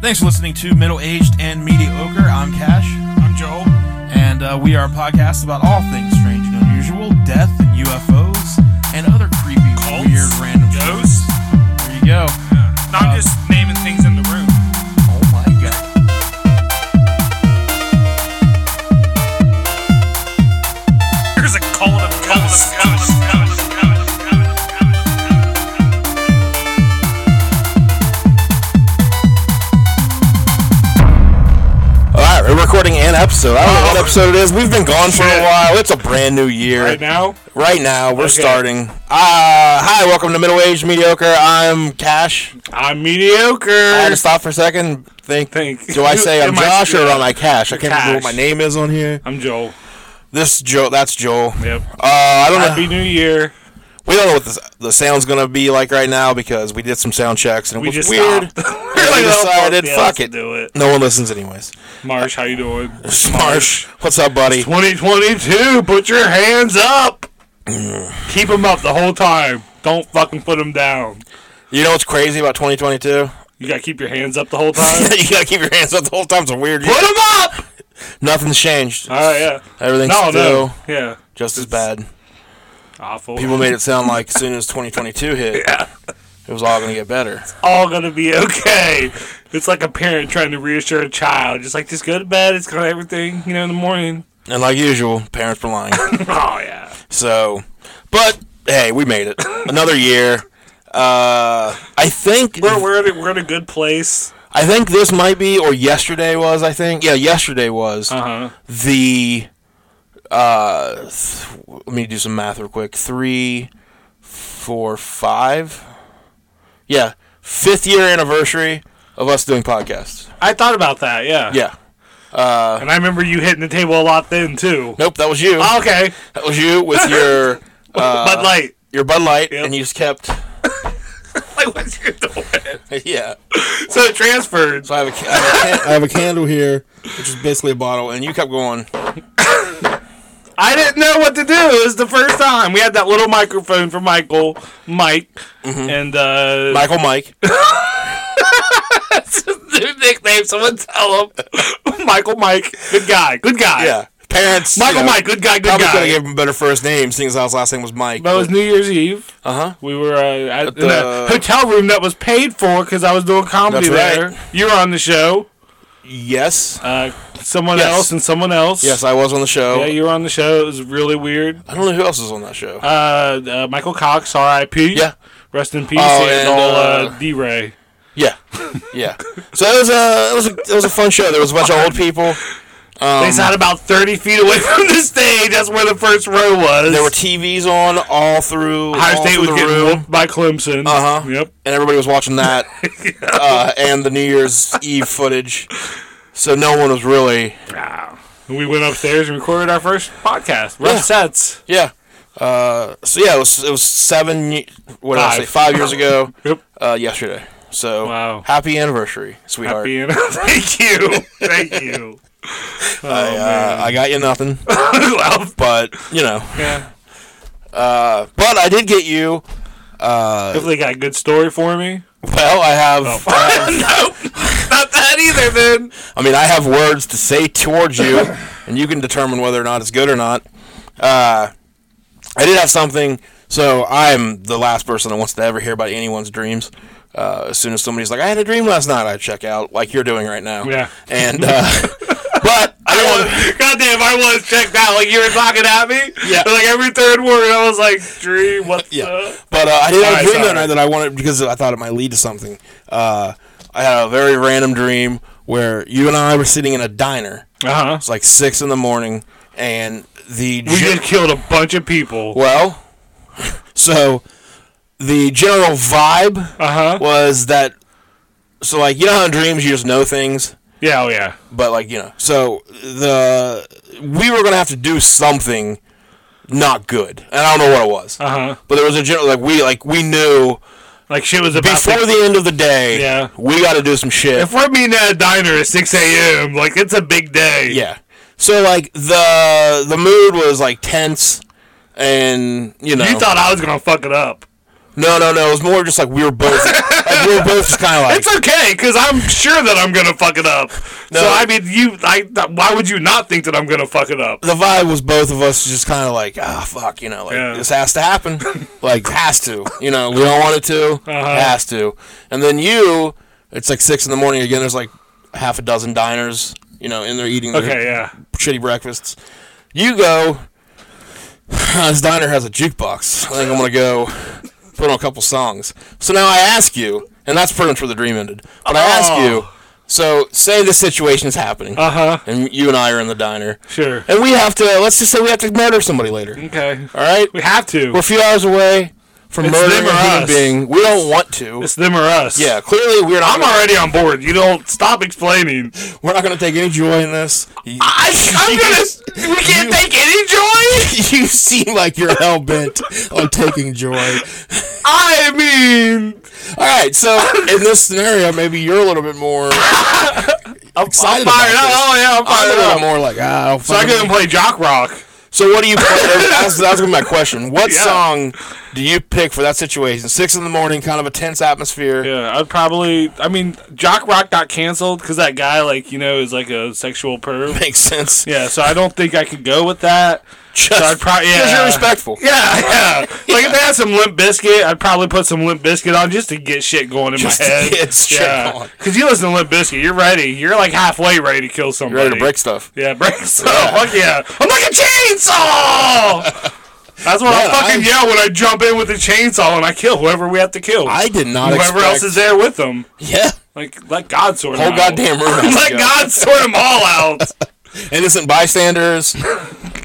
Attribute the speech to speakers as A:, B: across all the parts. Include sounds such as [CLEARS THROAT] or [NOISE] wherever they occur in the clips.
A: Thanks for listening to Middle Aged and Mediocre. I'm Cash.
B: I'm Joel.
A: And uh, we are a podcast about all things strange and unusual, death and UFOs, and other creepy,
B: Cults,
A: weird, random
B: ghosts.
A: stories. There you go.
B: Yeah. No, I'm
A: Uh,
B: just naming things in the room.
A: Oh my god.
B: There's a cult of ghosts. Ghosts, ghosts, ghosts, ghosts, ghosts.
C: All right, we're recording an episode. I don't know what
B: Oh.
C: episode it is. We've been gone for a
B: Shit.
C: while. It's a brand new year.
B: Right now,
C: Right now, we're
B: Okay.
C: starting. Uh, hi, welcome to Middle Age Mediocre. I'm Cash.
B: I'm mediocre.
C: I had to stop for a second. Think.
B: Think.
C: Do
B: [LAUGHS]
C: I say I'm
B: Am I-
C: Josh or
B: yeah.
C: am I Cash? I can't remember
B: Cash.
C: what my name is on here.
B: I'm Joel.
C: This Joe. That's Joel. Uh,
B: Yep.
C: I don't know.
B: Happy New Year.
C: We don't know what the, the sound's gonna be like right now because we did some sound checks and it
B: [LAUGHS] We
C: was
B: just
C: weird.
B: stopped.
C: We decided,
B: yeah,
C: fuck
B: let's
C: it.
B: Do it.
C: No one listens anyways.
B: Marsh, how you doing?
C: Marsh, [LAUGHS] what's up, buddy?
B: 2022. Put your hands up. Keep them up the whole time. Don't fucking put them down.
C: You know what's crazy about
B: [LAUGHS]
C: 2022?
B: You gotta keep your hands up the whole time.
C: [LAUGHS] you gotta keep your hands up the whole time. It's a weird.
B: [LAUGHS] put them up.
C: Nothing's changed.
B: All right. Yeah.
C: Everything's
B: Uh, No.
C: still
B: No. Yeah.
C: just as bad.
B: Awful.
C: People made it sound like as soon as 2022 hit,
B: [LAUGHS] Yeah.
C: it was all gonna get better.
B: all gonna be okay. It's like a parent trying to reassure a child, just like just go to bed. It's gonna everything, you know, in the morning.
C: And like usual, parents were
B: [LAUGHS]
C: lying.
B: oh yeah,
C: So, but hey, we made
B: [LAUGHS]
C: it. Another year. Uh, I think
B: we're we're in a, we're in a good place.
C: I think this might be or yesterday was. I think yeah, yesterday was
B: Uh huh.
C: the. Uh, th- let me do some math real quick. Three, four, five. Yeah, fifth year anniversary of us doing podcasts.
B: I thought about that. Yeah.
C: Yeah.
B: And I remember you hitting the table a lot then too.
C: Nope, that was you.
B: Oh, okay.
C: That was you with your
B: but like,
C: your Bud Light,
B: Yep.
C: and you just kept. [LAUGHS]
B: like what's your doing?
C: Yeah.
B: So it transferred.
C: So I have a, ca- I have a, can- [LAUGHS] I have a candle here, which is basically a bottle, and you kept going.
B: I didn't know what to do. It was the first time we had that little microphone for Michael, Mike, and uh,
C: Michael, Mike.
B: [LAUGHS] new nickname. Someone tell him, [LAUGHS] Michael, Mike, good guy, good guy.
C: Yeah. Parents. you
B: Michael
C: know,
B: Mike, good guy, good
C: Probably could have
B: guy.
C: given him a better first name, seeing as how his last name was Mike.
B: That was New Year's Eve.
C: Uh huh.
B: We were uh, at, in
C: the-
B: a hotel room that was paid for because I was doing comedy
C: That's
B: there.
C: right.
B: You were on the show.
C: Yes.
B: Uh, someone
C: Yes.
B: else and someone else.
C: Yes, I was on the show.
B: yeah, you were on the show. It was really weird.
C: I don't know who else was on that show.
B: Uh, uh, Michael Cox, R.I.P.
C: Yeah.
B: Rest in peace,
C: Oh, and,
B: and, old uh,
C: uh,
B: D-Ray. [LAUGHS]
C: yeah. Yeah. So it was a it was a, it was a fun show. There was a bunch of old people. um,
B: they sat about 30 feet away [LAUGHS] from the stage. That's where the first row was.
C: There were TVs on all through,
B: Ohio
C: all
B: State
C: through
B: was
C: the
B: getting
C: room.
B: whooped by Clemson.
C: Uh-huh.
B: Yep.
C: and everybody was watching
B: [LAUGHS]
C: that uh, and the New Year's Eve footage. So no one was really,
B: And we went upstairs and recorded our first podcast. Rough
C: Yeah.
B: sets.
C: yeah. Uh, so yeah, it was it was seven, ye- what did I say,
B: Five.
C: five
B: [LAUGHS]
C: years ago.
B: Yep.
C: Uh, yesterday. So
B: Wow.
C: happy anniversary, sweetheart.
B: Happy and [LAUGHS] thank you, thank you. Oh
C: [LAUGHS] I, uh, I got you nothing,
B: man, [LAUGHS] Well,
C: but you know,
B: yeah.
C: uh, but I did get you. Uh,
B: Hopefully, you got a good story for me.
C: well, I have.
B: Oh.
C: I have-
B: [LAUGHS] Not [LAUGHS] that either, then.
C: I mean, I have words to say towards you, and you can determine whether or not it's good or not. Uh, I did have something, so I'm the last person that wants to ever hear about anyone's dreams. Uh, as soon as somebody's like, "I had a dream last night," I check out, like you're doing right now.
B: Yeah.
C: And uh, [LAUGHS] but I don't want.
B: Goddamn, I was checked out. Like you were talking at me.
C: Yeah.
B: Like every third word, I was like, "Dream, what
C: Yeah.
B: the?"
C: But uh, I did have
B: Alright,
C: a dream
B: sorry.
C: that night that I wanted because I thought it might lead to something. Uh, I had a very random dream where you and I were sitting in a diner.
B: Uh huh.
C: It's like six in the morning, and the
B: We
C: gen-
B: just killed a bunch of people.
C: Well, [LAUGHS] so the general vibe
B: Uh huh.
C: was that. So, like, you know how in dreams you just know things,
B: Yeah. Oh yeah.
C: but, like, you know. So, the. We were going to have to do something not good. And I don't know what it was.
B: Uh huh.
C: But there was a general. Like, we, like, we knew
B: Like shit was about.
C: before
B: to-
C: the end of the day,
B: Yeah.
C: we got to do some shit.
B: if we're meeting at a diner at 6 a.m., like it's a big day.
C: yeah. So, like, the the mood was, like, tense. And, you know.
B: You thought I was gonna fuck it up.
C: No, no, no. It was more just like we were both,
B: [LAUGHS]
C: like we were both just kind of like,
B: It's okay, because I'm sure that I'm gonna fuck it up. So I mean, you, I, th- why would you not think that I'm gonna fuck it up?
C: the vibe was both of us just kind of like, ah, fuck, you know, like
B: Yeah.
C: this has to
B: [LAUGHS]
C: happen, like has to, you know, we don't want it to,
B: Uh-huh.
C: it has to, and then you, it's like six in the morning again. There's like half a dozen diners, you know, in there eating their
B: Okay, yeah.
C: shitty breakfasts. You go. [SIGHS] this diner has a jukebox. I think I'm gonna go put on a couple songs. So now I ask you, and that's pretty much where the dream ended. But I ask you. So say this situation is happening,
B: Oh. Uh huh.
C: and you and I are in the diner,
B: Sure.
C: and we have to. Let's just say we have to murder somebody later.
B: Okay.
C: All right,
B: We have to.
C: we're a few hours away from
B: It's
C: murdering
B: them or
C: a human
B: us.
C: being. We don't want to.
B: it's them or us.
C: Yeah, clearly we're not.
B: I'm already on board. You don't stop explaining.
C: We're not gonna take any joy in this.
B: I, [LAUGHS] I'm gonna. We can't take any
C: [LAUGHS]
B: joy.
C: you seem like you're hell bent on taking joy.
B: I mean,
C: All right, so in this scenario, maybe you're a little bit more
B: I'm,
C: excited
B: I'm fired
C: about
B: up.
C: this.
B: Oh yeah, I'm
C: I'm a
B: fired
C: little
B: up.
C: bit more like ah, I don't
B: So I
C: fucking-
B: couldn't play jock rock.
C: [LAUGHS] So what do you? that's that's gonna be my
B: [LAUGHS]
C: question. What
B: Yeah.
C: song do you pick for that situation? Six in the morning, kind of a tense atmosphere.
B: Yeah, I'd probably. I mean, jock rock got canceled because that guy, like you know, is like a sexual perv.
C: Makes sense.
B: Yeah, so I don't think I could go with that.
C: [LAUGHS] Just,
B: So I'd [LAUGHS] probably yeah.
C: because you're respectful.
B: Yeah, yeah. Like if they had some limp biscuit, I'd probably put some limp biscuit on just to get shit going in
C: Just to
B: my head.
C: get shit going.
B: Because you listen to limp biscuit, you're ready. You're like halfway ready to kill somebody.
C: You're ready to break stuff.
B: Yeah, break [LAUGHS] stuff. Fuck yeah. I'm like a chainsaw. That's what I
C: Man,
B: fucking
C: I-
B: yell when I jump in with the chainsaw and I kill whoever we have to kill.
C: I did not
B: whoever
C: expect.
B: else is there with them.
C: [LAUGHS] yeah,
B: Like let God sort them
C: whole
B: out.
C: goddamn
B: [LAUGHS]
C: room. has to
B: let
C: go.
B: God sort them all out.
C: Innocent bystanders,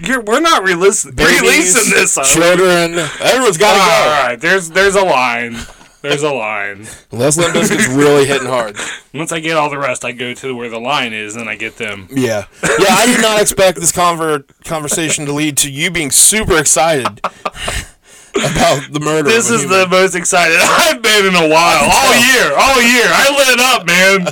B: You're, we're not releas-
C: babies,
B: [LAUGHS] releasing this. uh,
C: children. Everyone's got to
B: All
C: go.
B: right, there's there's a line. There's a line.
C: Les Limp Bizkit's really hitting hard.
B: Once I get all the rest, I go to where the line is, and I get them.
C: [LAUGHS] Yeah. Yeah, I did not expect this conver- conversation to lead to you being super excited [LAUGHS] about the murder.
B: This
C: of a
B: is
C: human.
B: the most excited [LAUGHS] I've been in a while. All year, all year. I lit it up, man.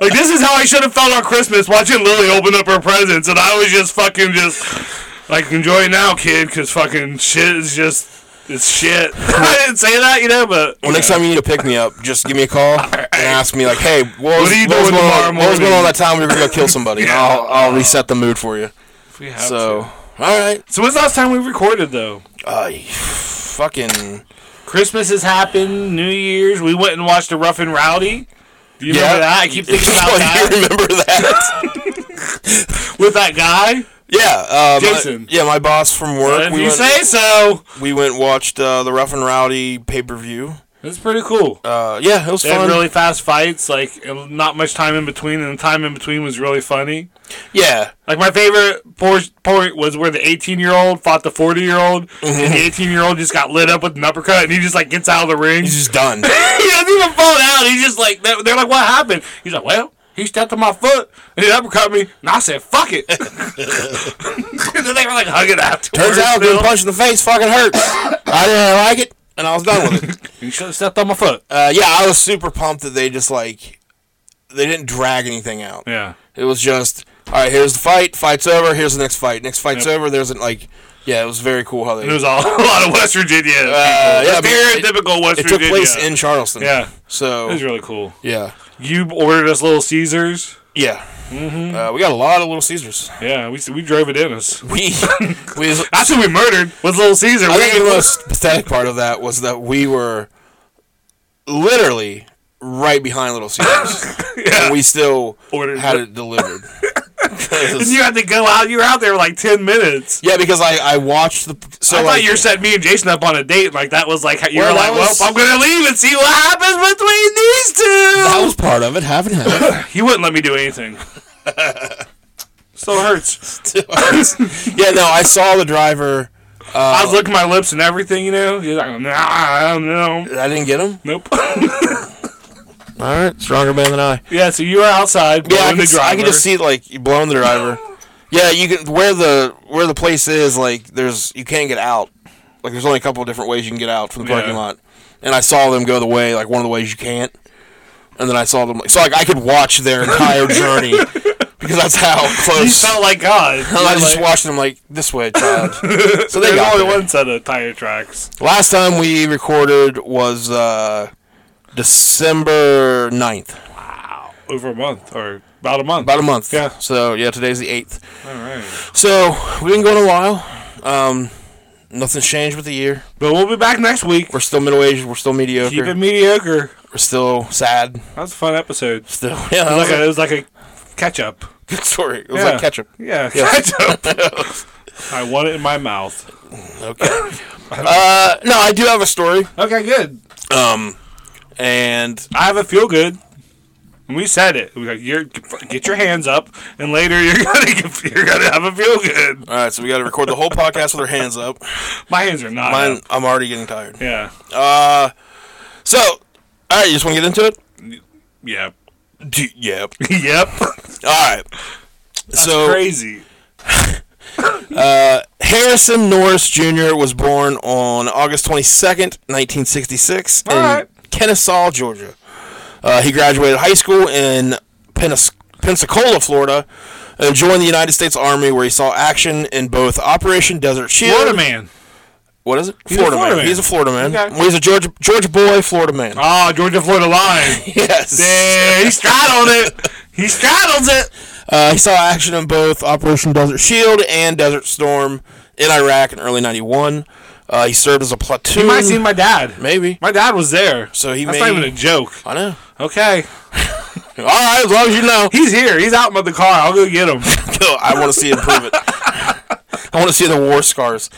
B: Like this is how I should have felt on Christmas, watching Lily open up her presents, and I was just fucking just like enjoy it now, kid, because fucking shit is just it's shit. [LAUGHS] I didn't say that, you know, but
C: Well, next time you need to pick me up, just give me a call and ask me, like, hey, what was,
B: are you
C: what was
B: doing
C: going on-
B: tomorrow
C: what was going on
B: morning?
C: that time we were going to kill somebody? and I'll, I'll reset the mood for you.
B: if we have
C: So,
B: to.
C: all right.
B: So when's the last time we recorded though?
C: Uh,
B: [LAUGHS]
C: fucking.
B: Christmas has happened, New Year's. We went and watched a Rough and Rowdy. Do you
C: Yeah.
B: remember that? I
C: [LAUGHS]
B: keep thinking about
C: you
B: that
C: remember
B: [LAUGHS]
C: that?
B: with that guy.
C: yeah. Uh, my-
B: Jason.
C: yeah, my boss from work.
B: If
C: we,
B: you
C: went,
B: say so,
C: we went watched uh, the Rough and Rowdy pay per view.
B: it's pretty cool.
C: Uh, yeah, it was
B: They had
C: fun.
B: really fast fights, like and not much time in between, and the time in between was really funny.
C: yeah.
B: Like my favorite por- point was where the 18 year old fought the 40 year old,
C: Mm-hmm.
B: and the 18 year old just got lit up with an uppercut, and he just like gets out of the ring.
C: He's just [LAUGHS] done.
B: [LAUGHS] he doesn't even fall down. He's just like, they're they're like, what happened? He's like, well, he stepped on my foot and he uppercut me, and I said, fuck it. [LAUGHS] and then they were like hugging afterwards.
C: Turns out
B: still.
C: getting punched in the face fucking hurts. I didn't like it, and I was done
B: [LAUGHS]
C: with it.
B: you should have stepped on my foot.
C: Uh, yeah, I was super pumped that they just like they didn't drag anything out.
B: Yeah.
C: It was just all right. Here's the fight. Fight's over. Here's the next fight. Next fight's over. There's an, like yeah, it was very cool how they.
B: It was all, a [LAUGHS] lot of West Virginia. people.
C: Uh, yeah,
B: The
C: but it-
B: stereotypical West
C: it took
B: Virginia.
C: place in Charleston.
B: Yeah. It
C: So
B: was really cool.
C: yeah,
B: You ordered us Little Caesars.
C: yeah.
B: Mm-hmm.
C: Uh, we got a lot of Little Caesars. [LAUGHS]
B: Yeah, we, we drove it in us.
C: We
B: [LAUGHS]
C: we
B: That's who we murdered was Little Caesar.
C: I
B: We- [LAUGHS]
C: think the most pathetic part of that was that we were literally right behind Little
B: [LAUGHS]
C: Caesars, and we still
B: Ordered
C: had
B: it.
C: it
B: [LAUGHS]
C: delivered.
B: and you had to go out. You were out there like ten minutes.
C: yeah, because I, I watched the so
B: I
C: like,
B: thought you were setting me and Jason up on a date. Like that was like how- you
C: Well,
B: were
C: that
B: like,
C: was-
B: well, I'm gonna leave and see what happens between these
C: that
B: two.
C: was part of it. Haven't
B: [LAUGHS]
C: happened.
B: He wouldn't let me
C: [LAUGHS]
B: do anything. Still hurts.
C: yeah, no, I saw the driver.
B: [LAUGHS] I was looking at my lips and everything, you know. He's like, nah, I don't know.
C: I didn't get him.
B: Nope. [LAUGHS]
C: All right, stronger man than I.
B: yeah, so you were outside.
C: Yeah, I
B: blowing
C: could,
B: the
C: s- I could
B: driver.
C: just see like you blowing the driver. yeah, you can where the where the place is like there's you can't get out. Like there's only a couple of different ways you can get out from the parking
B: Yeah.
C: lot. And I saw them go the way
B: [LAUGHS]
C: like one of the ways you can't. And then I saw them like so like I could watch their entire journey because that's how
B: He
C: close.
B: felt like God.
C: And [LAUGHS] I just
B: Like,
C: watched them like this way,
B: [LAUGHS]
C: child. so they
B: There's
C: got
B: only
C: there.
B: one set of tire tracks.
C: Last time we recorded was uh, December 9th,
B: Over a month or about a month.
C: about a month.
B: Yeah.
C: So yeah, today's the eighth.
B: All right.
C: So we've been going a while. Um, nothing's changed with the year.
B: But we'll be back next week.
C: We're still middle aged. We're still mediocre.
B: Keep it mediocre.
C: We're still sad.
B: That was a fun episode. It
C: Still, [LAUGHS] yeah. That
B: was
C: was
B: like a,
C: a
B: it was like a catch up.
C: good story. It was
B: Yeah.
C: like
B: [LAUGHS]
C: ketchup.
B: Yeah,
C: [LAUGHS]
B: ketchup. I want it in my mouth.
C: Okay. uh, no, I do have a story.
B: Okay, good.
C: Um, and
B: I have a feel good. And we said it. We like you're get your hands up, and later you're [LAUGHS] gonna get, you're gonna have a feel good.
C: all right, so we got to record the whole podcast with our hands up.
B: My hands are not.
C: Mine,
B: up.
C: I'm already getting tired.
B: Yeah,
C: Uh, so, all right, you just want to get into it?
B: yeah,
C: D- yep.
B: [LAUGHS] yep.
C: All right. so,
B: Crazy.
C: Harrison Norris Jr. was born on August 22nd, 1966, in
B: Alright.
C: Kennesaw, Georgia. Uh, he graduated high school in Penis- Pensacola, Florida, and joined the United States Army, where he saw action in both Operation Desert Shield.
B: Florida man.
C: What is it?
B: a
C: Florida,
B: Florida
C: man.
B: man.
C: He's a Florida man.
B: Okay.
C: Well, he's a Georgia Georgia boy, Florida man.
B: Ah, Georgia Florida line.
C: [LAUGHS] yes.
B: yeah, he straddled it. He straddles it.
C: Uh, he saw action in both Operation Desert Shield and Desert Storm in Iraq in early '91. Uh, he served as a platoon.
B: You might have seen my dad.
C: Maybe.
B: My dad was there.
C: So he
B: That's
C: may-
B: not even a joke.
C: I know.
B: Okay.
C: All right, as long as you know. [LAUGHS]
B: He's here. He's out by the car. I'll go get him.
C: I want to see him prove
B: [LAUGHS]
C: it. I want to see the war scars.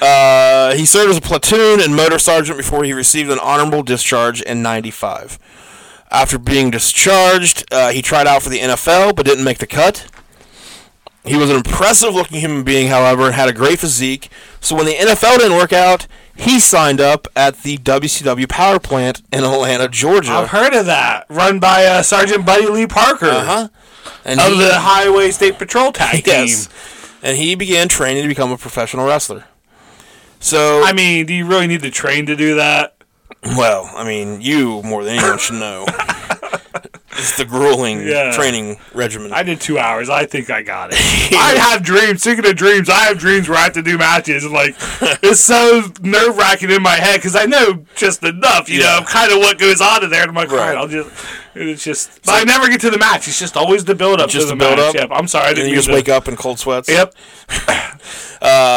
C: Uh, he served as a platoon and motor sergeant before he received an honorable discharge in 95. After being discharged, uh, he tried out for the NFL but didn't make the cut. He was an impressive looking human being, however, and had a great physique. So when the NFL didn't work out, he signed up at the WCW power plant in Atlanta, Georgia.
B: I've heard of that. Run by uh, Sergeant Buddy Lee Parker
C: Uh-huh. And
B: of
C: he-
B: the Highway State Patrol Tag
C: Yes.
B: Team.
C: And he began training to become a professional wrestler. So,
B: I mean, do you really need to train to do that?
C: well, I mean, you more than anyone should
B: [LAUGHS]
C: know. It's the grueling
B: Yeah.
C: training regimen.
B: I did two hours. I think I got
C: [LAUGHS]
B: it. I have dreams. Speaking of dreams, I have dreams where I have to do matches.
C: [LAUGHS]
B: And like, it's so nerve wracking in my head because I know just enough. You
C: Yeah.
B: know, kind of what goes on in there. And I'm like, all
C: Right.
B: right, I'll just. and It's just. But I never get to the match. It's just always the build up.
C: Just
B: to
C: the
B: the,
C: build-up.
B: match. Yep. I'm sorry. I
C: and
B: didn't
C: you
B: mean
C: just
B: to-
C: wake up in cold sweats. Uh,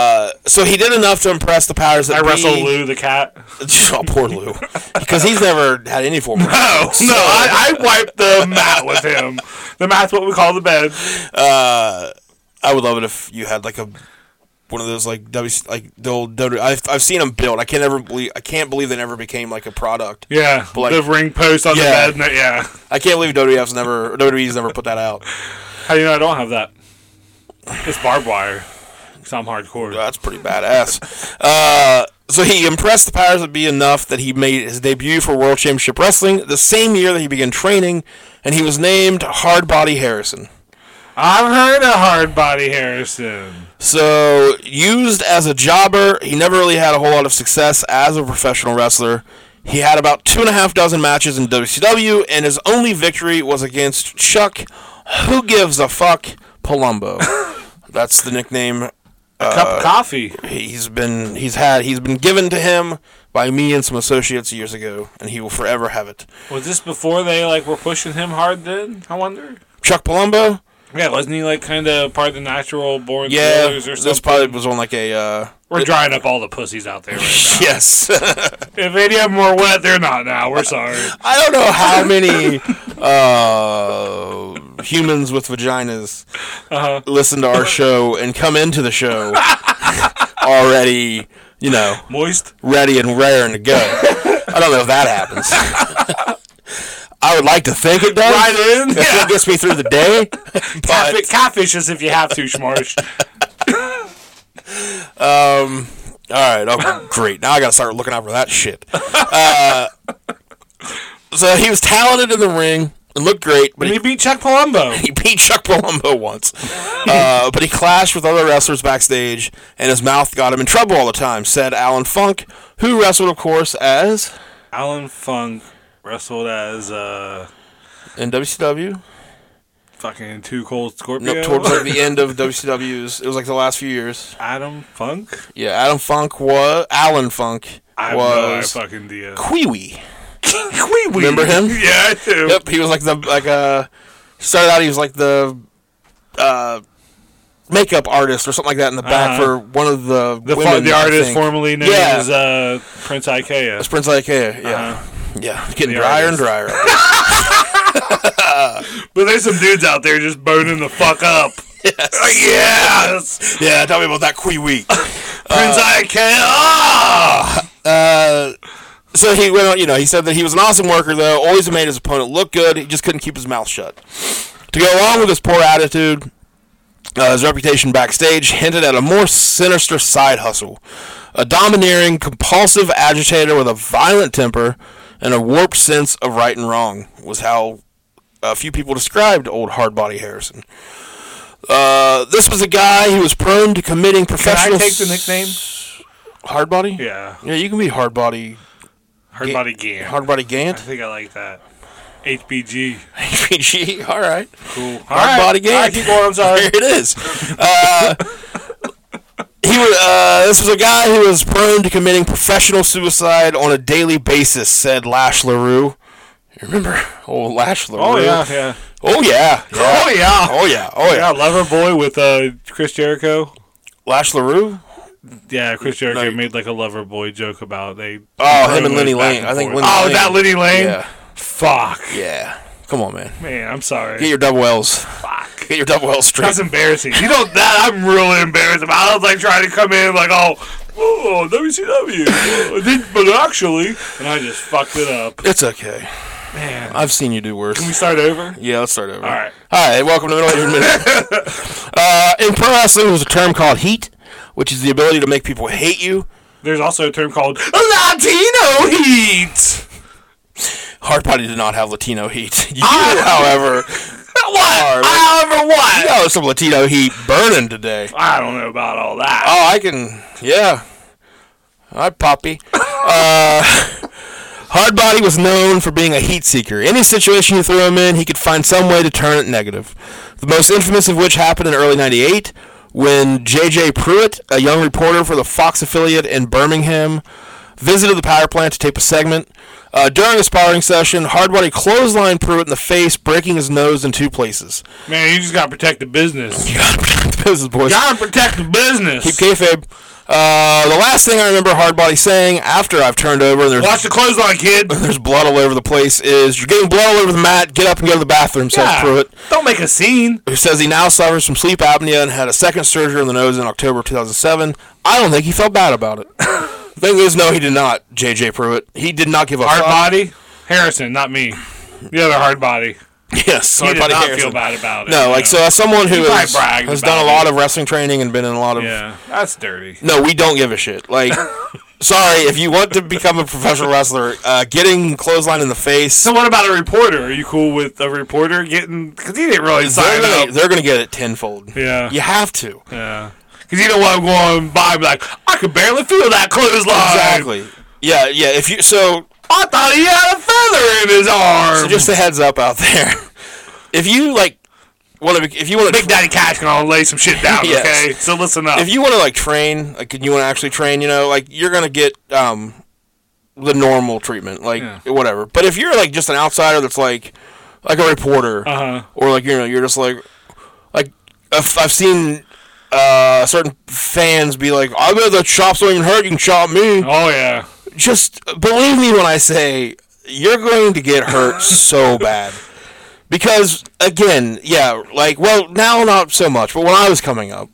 B: Yep.
C: So he did enough to impress the powers that
B: I
C: [LAUGHS]
B: wrestle
C: be.
B: Lou the cat.
C: oh, poor Lou, because he's never had any
B: [LAUGHS]
C: form. Of
B: Oh no! I, I wiped the mat with him. The mat's what we call the bed.
C: Uh, I would love it if you had like a one of those like W like the old W. I've I've seen them built. I can't ever believe I can't believe they never became like a product.
B: Yeah,
C: Like-
B: the ring post on
C: Yeah.
B: the bed. No, yeah,
C: I can't believe WWF's never WWE's never put that out.
B: how do you know I don't have that? It's barbed wire. Cause I'm hardcore.
C: That's pretty badass. Uh, so he impressed the powers that be enough that he made his debut for World Championship Wrestling the same year that he began training, and he was named Hard Body Harrison.
B: I've heard of hard body Harrison.
C: So used as a jobber, he never really had a whole lot of success as a professional wrestler. He had about two and a half dozen matches in WCW, and his only victory was against Chuck. Who gives a fuck? Palumbo. That's the nickname
B: A cup
C: uh,
B: of coffee.
C: he's been he's had he's been given to him by me and some associates years ago, and he will forever have it.
B: Was this before they like were pushing him hard? Then I wonder.
C: Chuck Palumbo,
B: Yeah, wasn't he like kind of part of the natural born
C: yeah,
B: killers or
C: this
B: something?
C: probably was on like a uh, [LAUGHS]
B: we're drying up all the pussies out there. Right
C: yes. [LAUGHS]
B: now. if any of them were wet, they're not now. We're sorry.
C: I don't know how many uh, humans with vaginas listen to our show and come into the show [LAUGHS] already, you know,
B: Moist.
C: ready and raring to go. I don't know if that happens. I would like to think it does.
B: Right in?
C: If it gets me through the
B: [LAUGHS]
C: day. But
B: Catfish, catfish us if you have to, Schmarsh.
C: All right, oh, great. Now I gotta start looking out for that shit. Uh, so he was talented in the ring and looked great, but
B: and
C: he,
B: he beat Chuck Palumbo.
C: he beat Chuck Palumbo once. Uh, but he clashed with other wrestlers backstage, and his mouth got him in trouble all the time. Said Alan Funk, who wrestled, of course, as
B: Alan Funk wrestled as uh,
C: in WCW.
B: fucking two cold Scorpio.
C: No, towards like the end of WCW's. It was like the last few years.
B: Adam Funk.
C: Yeah, Adam Funk was Alan Funk
B: I
C: was
B: have no fucking idea.
C: Queewee.
B: Quee
C: Remember him?
B: [LAUGHS] Yeah, I do.
C: Yep, he was like the like uh started out he was like the uh makeup artist or something like that in the back for
B: Uh-huh.
C: one of the
B: The,
C: women,
B: fun, the
C: I
B: artist
C: think.
B: formerly known
C: Yeah.
B: as uh, Prince Ikea.
C: It's Prince Ikea. Yeah,
B: Uh-huh.
C: yeah, it's getting
B: The
C: drier
B: artist.
C: and drier.
B: [LAUGHS] But there's some dudes out there just boning the
C: [LAUGHS]
B: fuck up. Uh, yes.
C: yeah, tell me about that Queewee.
B: Prince Ikea. Ah!
C: Uh, so he went on, you know, he said that he was an awesome worker, though, always made his opponent look good. He just couldn't keep his mouth shut. To go along with his poor attitude, uh, his reputation backstage hinted at a more sinister side hustle. A domineering, compulsive agitator with a violent temper and a warped sense of right and wrong was how a few people described old Hardbody Harrison. Uh, this was a guy who was prone to committing
B: Can I
C: professional
B: take the nickname?
C: Hardbody?
B: Yeah.
C: Yeah, you can be hard body,
B: Hardbody Gant.
C: hard body
B: I [LAUGHS]
C: Gant,
B: think I like that. HBG.
C: HPG. All right,
B: Cool.
C: hard body Gant.
B: I keep going.
C: [LAUGHS]
B: I'm sorry.
C: There it is. Uh, he was. Uh, this was a guy who was prone to committing professional suicide on a daily basis. Said Lash Larue. You remember old Lash Larue?
B: Oh yeah, yeah.
C: Oh yeah. yeah.
B: Oh yeah.
C: Oh yeah. Oh yeah.
B: Yeah, Lover Boy with uh, Chris Jericho.
C: Lash Larue.
B: Yeah, Chris Jericho
C: Like-
B: made like a Lover Boy joke about they.
C: Oh, him and
B: Back
C: Lenny Lane. I think
B: forth.
C: Lenny
B: Oh,
C: Lane.
B: that Lenny Lane.
C: Yeah.
B: Fuck.
C: Yeah. Come on, man.
B: Man, I'm
C: Get
B: sorry.
C: your double L's.
B: Fuck.
C: Get your double L's straight.
B: That's embarrassing. You know that I'm really embarrassed about. I was like trying to come in like oh. Oh, WCW. Oh, I did- but actually, and I just fucked it up.
C: It's okay.
B: Man,
C: I've seen you do worse.
B: can we start over?
C: Yeah, let's start over. All
B: right.
C: Hi, welcome to Middle Aged Minute. uh, in pro wrestling, there's a term called heat, which is the ability to make people hate you.
B: There's also a term called
C: Latino
B: heat.
C: Hardbody did not have Latino heat. [LAUGHS] You, however, are.
B: However,
C: You
B: what?
C: got some Latino heat burning today.
B: I don't know about all that.
C: Oh, I can. Yeah. Hi, Poppy. Uh, Hardbody was known for being a heat seeker. Any situation you threw him in, he could find some way to turn it negative. The most infamous of which happened in early '98 when J.J. Pruitt, a young reporter for the Fox affiliate in Birmingham, visited the power plant to tape a segment. Uh, during a sparring session, Hardbody clotheslined Pruitt in the face, breaking his nose in two places. [LAUGHS]
B: Man, you just gotta protect the business.
C: You gotta protect the business, boys.
B: Gotta protect the business.
C: Keep kayfabe. Uh, the last thing I remember Hardbody saying after I've turned over and there's,
B: Watch the
C: [LAUGHS]
B: clothesline, kid.
C: there's blood all over the place is you're getting blood all over the mat. Get up and go to the bathroom, says
B: Yeah.
C: Pruitt,
B: Don't make a scene.
C: who says he now suffers from sleep apnea and had a second surgery on the nose in October 2007. I don't think he felt bad
B: [LAUGHS]
C: about it. Thing is, no, he did not. J.J. Pruitt, he did not give a
B: Hard
C: fuck.
B: body, Harrison, not me. The other hard body.
C: [LAUGHS] Yes,
B: He did
C: Hardbody
B: not feel
C: Harrison.
B: bad about it.
C: No, like so, as someone who
B: probably
C: has,
B: bragged
C: has
B: about
C: done a
B: it.
C: lot of wrestling training and been in a lot of
B: Yeah, that's dirty.
C: No, we don't give a shit.
B: [LAUGHS]
C: Like, sorry, if you want to become a professional wrestler, uh, getting clothesline in the face,
B: So what about a reporter? Are you cool with a reporter getting? Because he didn't really
C: they're
B: sign
C: gonna,
B: up.
C: they're gonna get it tenfold.
B: Yeah.
C: You have to.
B: Yeah. Because you know what I'm going by, be like I could barely feel that clothesline.
C: Exactly. Yeah, yeah. If you so,
B: I thought he had a feather in his arm.
C: so just a heads up out there. If you like, want to, if you want
B: Big
C: to,
B: [LAUGHS] Daddy Cash gonna lay some shit
C: [LAUGHS]
B: down.
C: Yes.
B: Okay, so listen up.
C: if you want to like train, like and you want to actually train, you know, like you're gonna get um the normal treatment, like
B: Yeah.
C: whatever. But if you're like just an outsider that's like like a reporter,
B: uh huh.
C: or like you know you're just like like I've, I've seen uh certain fans be like i bet that chops don't even hurt you can chop me
B: Oh yeah.
C: just believe me when i say you're going to get hurt so bad because again yeah like well now not so much but when i was coming up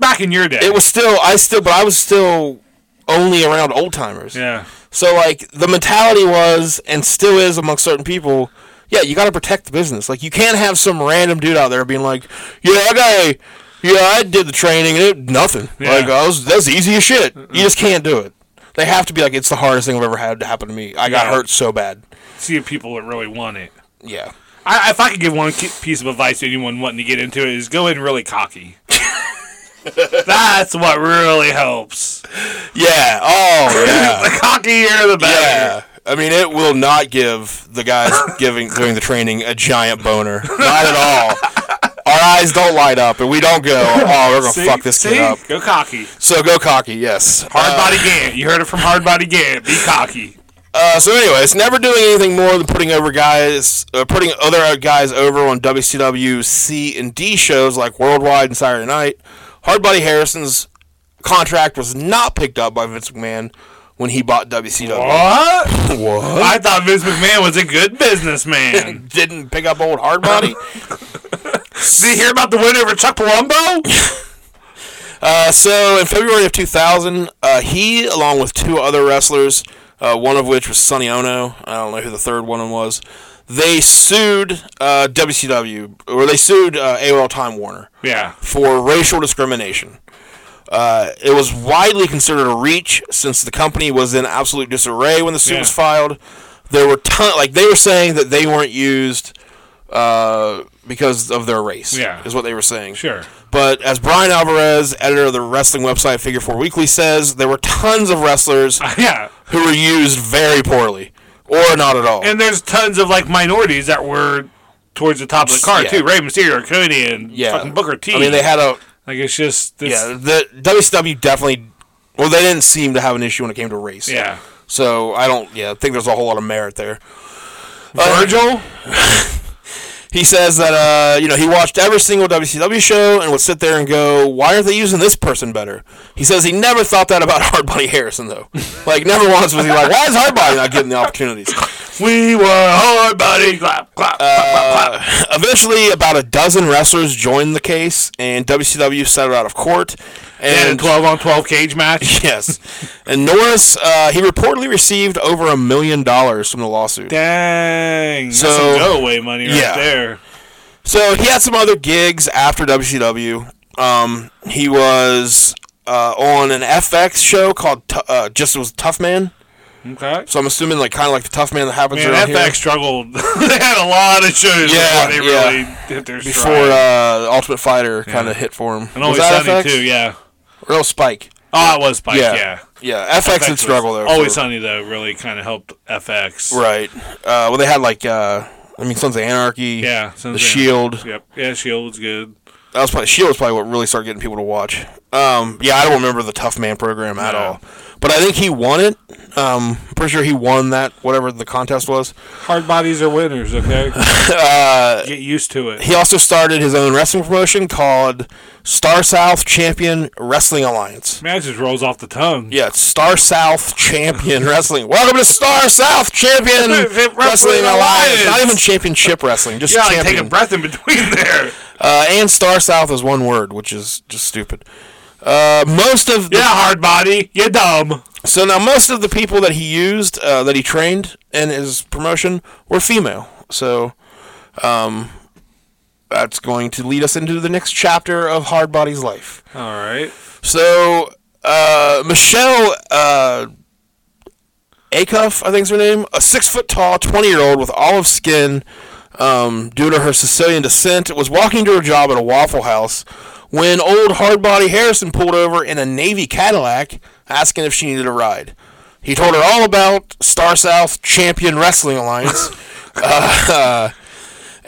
B: Back in your day.
C: it was still i still but i was still only around old timers
B: yeah.
C: so like the mentality was and still is amongst certain people, yeah, you got to protect the business. Like you can't have some random dude out there being like, yeah, I got, yeah, I did the training and it nothing.
B: Yeah.
C: Like I was, that's easy as shit. You just can't do it. They have to be like, it's the hardest thing I've ever had to happen to me. I got
B: Yeah.
C: hurt so bad.
B: See if people would really want it.
C: Yeah.
B: I, if I could give one ki- piece of advice to anyone wanting to get into it, is go in
C: [LAUGHS]
B: really cocky. That's what really helps.
C: Yeah. Oh yeah.
B: [COUGHS] the cockier, the better.
C: yeah. I mean, it will not give the guys [COUGHS] giving doing the training a giant boner. Not at
B: [LAUGHS]
C: all. Our eyes don't light up, and we don't go. Oh, we're gonna fuck this
B: See?
C: kid up. Uh,
B: Go cocky.
C: So go cocky, yes.
B: Hard body Gant. You heard it from Hard Body Gant. Be cocky.
C: Uh, so, anyways, never doing anything more than putting over guys, uh, putting other guys over on WCW C and D shows like Worldwide and Saturday Night. Hardbody Harrison's contract was not picked up by Vince McMahon when he bought WCW.
B: What?
C: What?
B: I thought Vince McMahon was a good
C: [LAUGHS]
B: businessman.
C: Didn't pick up old Hardbody.
B: Did you hear about the win over Chuck Palumbo? [LAUGHS]
C: Uh, so in February of 2000, uh, he, along with two other wrestlers, uh, one of which was Sonny Ono, I don't know who the third one was, they sued uh, WCW, or they sued uh, AOL Time Warner
B: yeah.
C: for racial discrimination. Uh, it was widely considered a reach since the company was in absolute disarray when the suit
B: Yeah.
C: was filed. There were ton like they were saying that they weren't used uh, because of their race.
B: Yeah.
C: is what they were saying.
B: Sure. [LAUGHS]
C: But as Brian Alvarez, editor of the wrestling website Figure Four Weekly, says, there were tons of wrestlers
B: Yeah.
C: who were used very poorly or not at all.
B: And there's tons of like minorities that were towards the top of the card
C: Yeah.
B: too. Ray Mysterio, Cody, and
C: yeah,
B: fucking Booker T.
C: I mean, they had a
B: like it's just it's,
C: yeah. The WCW definitely. Well, they didn't seem to have an issue when it came to race.
B: yeah.
C: So I don't, yeah, think there's a whole lot of merit there. Uh,
B: Virgil.
C: He says that uh, you know he watched every single WCW show and would sit there and go, "Why aren't they using this person better?" He says he never thought that about [LAUGHS] Hardbody Harrison though. like never once was he like, "Why is Hardbody not getting the opportunities?"
B: We were hard buddy. Clap clap.
C: Uh, eventually, about a dozen wrestlers joined the case, and WCW settled out of court.
B: and
C: And
B: a twelve on twelve cage match.
C: [LAUGHS] yes, and Norris uh, he reportedly received over a million dollars from the lawsuit.
B: Dang.
C: So-
B: that's some go away money right
C: Yeah.
B: there.
C: So he had some other gigs after WCW. Um, he was uh, on an FX show called Tu uh, just it was Tough Man.
B: Okay.
C: So I'm assuming like kind of like the Tough Man that happens
B: Man,
C: around
B: FX
C: here
B: struggled. [LAUGHS] they had a lot of shows
C: Yeah,
B: before they
C: yeah.
B: really hit their
C: before
B: stride.
C: uh, Ultimate Fighter kind of hit for him.
B: and
C: was
B: only
C: that
B: Sunny
C: FX?
B: too. Yeah.
C: Or no, Spike.
B: Oh, it was Spike.
C: Yeah.
B: Yeah.
C: Yeah, FX,
B: FX
C: did
B: was-
C: struggle though.
B: Always
C: for-
B: Sunny though really kind of helped FX.
C: right. Uh, well, they had like uh, I mean Sons of Anarchy.
B: Yeah.
C: The
B: Sons of Anarchy.
C: Shield.
B: Yep. Yeah, Shield was good.
C: That was probably Shield was probably what really started getting people to watch. Um, yeah, I don't remember the Tough Man program at
B: No.
C: all, but I think he won it. Um, I'm pretty sure he won that whatever the contest was.
B: Hard bodies are
C: [LAUGHS]
B: winners. Okay.
C: Uh,
B: Get used to it.
C: He also started his own wrestling promotion called Star South Champion Wrestling Alliance.
B: Man, it just rolls off the tongue.
C: Yeah, it's Star South
B: [LAUGHS]
C: Champion Wrestling. Welcome to Star South Champion
B: Wrestling
C: Wrestling Alliance.
B: Alliance.
C: Not even championship wrestling, just
B: Yeah, like
C: champion.
B: take a breath in [LAUGHS] between there.
C: uh, and Star South is one word, which is just stupid. Uh, most of the
B: Yeah, hard body. You dumb.
C: So now most of the people that he used, uh, that he trained in his promotion, were female. So, um, that's going to lead us into the next chapter of Hardbody's life.
B: All right.
C: So, uh, Michelle uh, Acuff, I think's her name, a six foot tall, 20 year old with olive skin, um, due to her Sicilian descent, was walking to her job at a Waffle House when old Hardbody Harrison pulled over in a Navy Cadillac asking if she needed a ride. He told her all about Star South Champion Wrestling Alliance. Uh,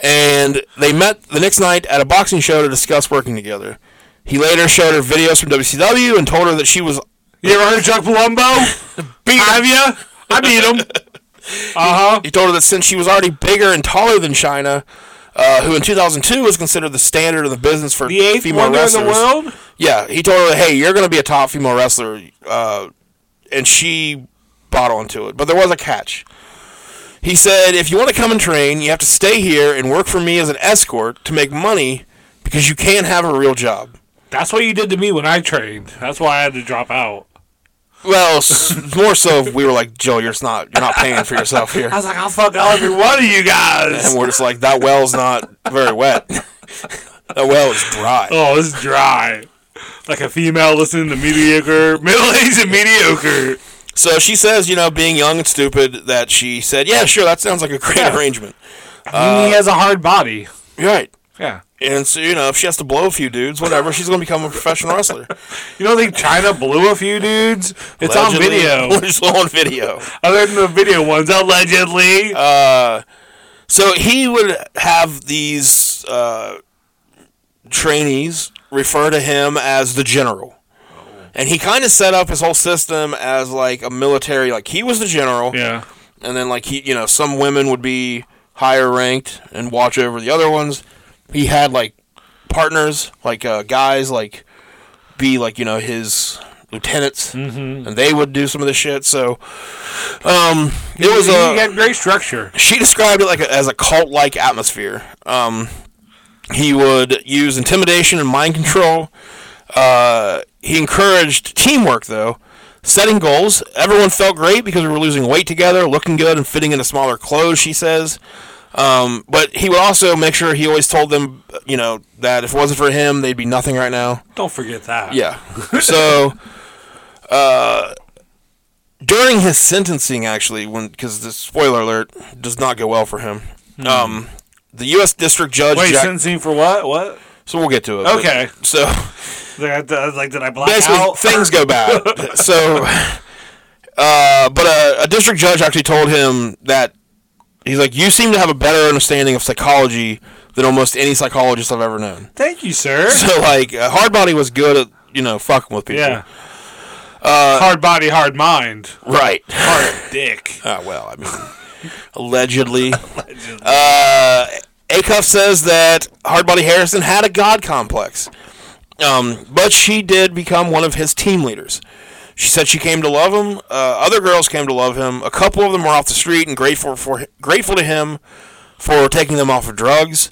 C: and they met the next night at a boxing show to discuss working together. He later showed her videos from WCW and told her that she was
B: You ever heard of Chuck Palumbo? [LAUGHS] Have you? I beat him. Uh huh.
C: He told her that since she was already bigger and taller than China, uh, who in 2002 was considered the standard of the business for
B: The eighth
C: female
B: wonder in
C: wrestlers.
B: the world.
C: Yeah, he told her, "Hey, you're going to be a top female wrestler," uh, and she bought onto it. But there was a catch. He said, "If you want to come and train, you have to stay here and work for me as an escort to make money because you can't have a real job."
B: That's what you did to me when I trained. That's why I had to drop out.
C: Well, s- [LAUGHS] more so, we were like, "Joe, you're just not you're not paying for yourself here."
B: I was like, I'll fuck all every one of you guys. [LAUGHS]
C: and we're just like, that well's not very wet. that well is dry.
B: Oh, it's dry. Like a female listening to mediocre, [LAUGHS] middle aged and mediocre.
C: So she says, you know, being young and stupid, that she said, yeah, sure, that sounds like a great arrangement.
B: he has a hard body.
C: You're right.
B: Uh, Yeah.
C: And so you know, if she has to blow a few dudes, whatever, she's gonna become a professional wrestler.
B: You don't think China blew a few dudes? [LAUGHS] It's
C: Allegedly- [LAUGHS]
B: on [LAUGHS] video.
C: It's on video.
B: Other than the video ones, allegedly.
C: Uh, So he would have these uh, trainees refer to him as the general.
B: Oh.
C: And he kind of set up his whole system as like a military, like he was the general.
B: yeah.
C: And then, like, he, you know, some women would be higher ranked and watch over the other ones. He had like partners, like uh, guys, like be like, you know, his lieutenants. Mm-hmm. And they would do some of the shit. So, um, it was
B: he
C: a
B: got great structure.
C: she described it like a, as a cult-like atmosphere. Um, he would use intimidation and mind control. Uh, he encouraged teamwork, though, setting goals. Everyone felt great because we were losing weight together, looking good, and fitting into smaller clothes. She says. Um, but he would also make sure he always told them, you know, that if it wasn't for him, they'd be nothing right now.
B: Don't forget that.
C: Yeah. So, uh, during his sentencing, actually, when because the spoiler alert does not go well for him. Um, the U.S. District Judge.
B: Hmm. Wait,
C: Jack-
B: sentencing for what? What?
C: so we'll get to it. but-
B: Okay.
C: so [LAUGHS]
B: Like, I- I was like, did I black
C: basically,
B: out?
C: things go
B: [LAUGHS]
C: bad. so, uh, but a, a district judge actually told him that he's like, you seem to have a better understanding of psychology than almost any psychologist I've ever known. [LAUGHS]
B: Thank you, sir.
C: So like, uh, Hardbody was good at you know fucking with people.
B: Yeah.
C: Uh,
B: hard body, hard mind.
C: Right. [LAUGHS]
B: Hard dick.
C: Uh, well, I mean, allegedly. Uh, Acuff says that Hardbody Harrison had a god complex, um, but she did become one of his team leaders. She said she came to love him. Uh, other girls came to love him. A couple of them were off the street and grateful for grateful to him for taking them off of drugs.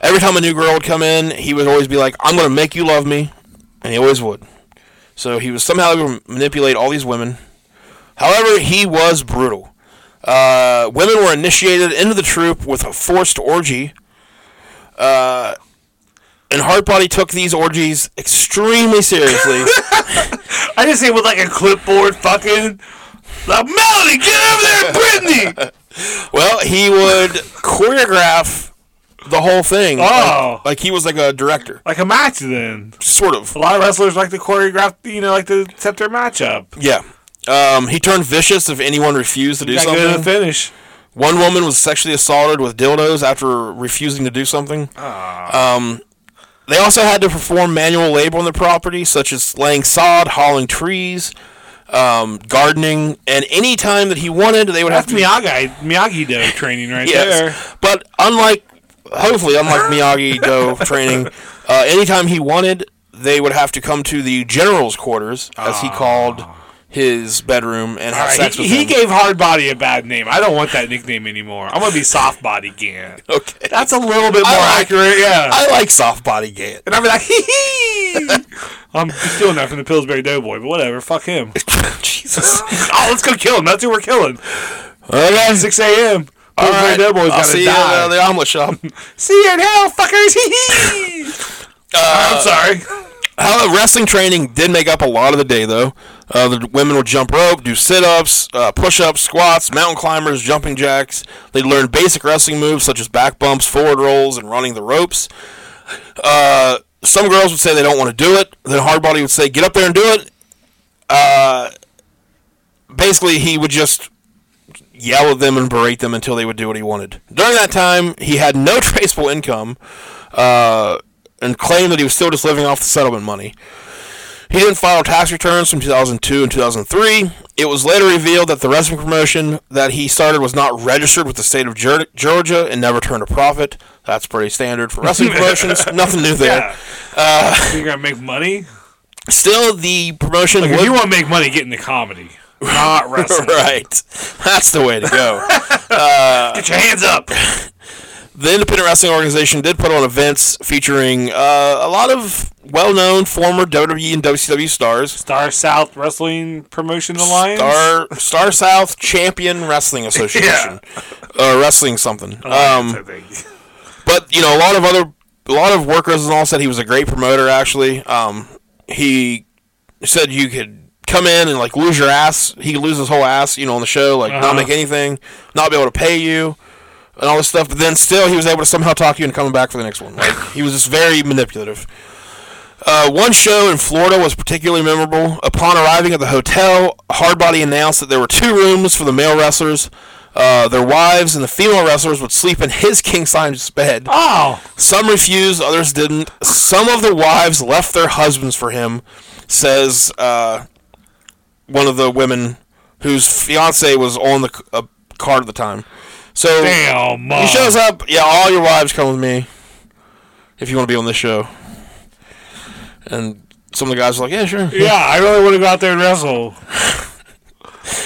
C: Every time a new girl would come in, he would always be like, "I'm going to make you love me," and he always would. So he was somehow able to manipulate all these women. However, he was brutal. Uh, women were initiated into the troop with a forced orgy. Uh, and Hardbody took these orgies extremely
B: [LAUGHS]
C: seriously.
B: I just see with like a clipboard fucking. Like, Melody, get over there,
C: [LAUGHS]
B: Brittany!
C: well, he would choreograph the whole thing.
B: Oh.
C: Like, like he was like a director.
B: like a match then.
C: Sort of.
B: A lot of wrestlers like to choreograph, you know, like to set their matchup.
C: Yeah. Um, he turned vicious if anyone refused to do
B: Got good at the
C: something.
B: finish.
C: One woman was sexually assaulted with dildos after refusing to do something.
B: Ah.
C: Um, they also had to perform manual labor on the property, such as laying sod, hauling trees, um, gardening, and any time that he wanted, they would
B: That's
C: have to.
B: Miyagi Miyagi Do training right there.
C: Yes, but unlike hopefully, unlike Miyagi
B: [LAUGHS]
C: Do training, uh, anytime he wanted, they would have to come to the general's quarters, as he called his bedroom, and have
B: Ah. All right,
C: sex
B: he,
C: with
B: he
C: him.
B: gave Hardbody a bad name. I don't want that nickname anymore. I'm gonna be Soft Body Gant.
C: okay,
B: That's a little bit more
C: I like-
B: accurate, yeah.
C: I like soft body gant.
B: [LAUGHS] and I'll be like, hee hee. [LAUGHS] I'm stealing that from the Pillsbury Doughboy, but whatever. Fuck him. [LAUGHS]
C: Jesus.
B: oh, let's go kill him. That's who we're killing.
C: Okay.
B: 6 a.m.
C: All
B: Pillsbury
C: right.
B: Doughboy's
C: I'll
B: gotta
C: see you
B: die.
C: at uh, the omelet shop.
B: see you in hell, fuckers. [LAUGHS] Hee hee.
C: Uh,
B: I'm sorry.
C: However, wrestling training did make up a lot of the day, though. Uh, the women would jump rope, do sit ups, uh, push ups, squats, mountain climbers, jumping jacks. They learned basic wrestling moves such as back bumps, forward rolls, and running the ropes. Uh, some girls would say they don't want to do it. Then Hardbody would say, Get up there and do it. Uh, basically, he would just yell at them and berate them until they would do what he wanted. During that time, he had no [LAUGHS] traceable income uh, and claimed that he was still just living off the settlement money. He didn't file tax returns from 2002 and 2003. It was later revealed that the wrestling promotion that he started was not registered with the state of Geor- Georgia and never turned a profit. That's pretty standard for wrestling promotions. Nothing new there.
B: Yeah.
C: Uh,
B: You're Uh, gonna
C: [LAUGHS]
B: make money.
C: Still, the promotion
B: If
C: would-
B: you want to make money, get into comedy,
C: [LAUGHS]
B: not wrestling.
C: right. That's the way to go.
B: Get your hands up.
C: the independent wrestling organization did put on events featuring uh, a lot of well-known former WWE and WCW stars.
B: Star South Wrestling Promotion Alliance.
C: Star Star South Champion Wrestling Association, uh, wrestling something.
B: Alliance,
C: Um,
B: I think.
C: but you know, a lot of other, a lot of workers and all said he was a great promoter. Actually, um, he said you could come in and like lose your ass. He could lose his whole ass, you know, on the show, like
B: Uh-huh.
C: not make anything, not be able to pay you. and all this stuff. But then still, he was able to somehow talk you into coming back for the next one. Like he was just very manipulative. Uh, one show in Florida was particularly memorable. Upon arriving at the hotel, Hardbody announced that there were two rooms for the male wrestlers. Uh, their wives and the female wrestlers would sleep in his king size bed.
B: Oh,
C: Some refused, others didn't. Some of the wives left their husbands for him, says uh, one of the women whose fiance was on the c- uh, card at the time. So
B: damn. uh,
C: he
B: Mom.
C: shows up. Yeah, all your wives come with me if you want to be on this show. And some of the guys were like, "Yeah, sure. [LAUGHS]
B: Yeah, I really want to go out there and wrestle.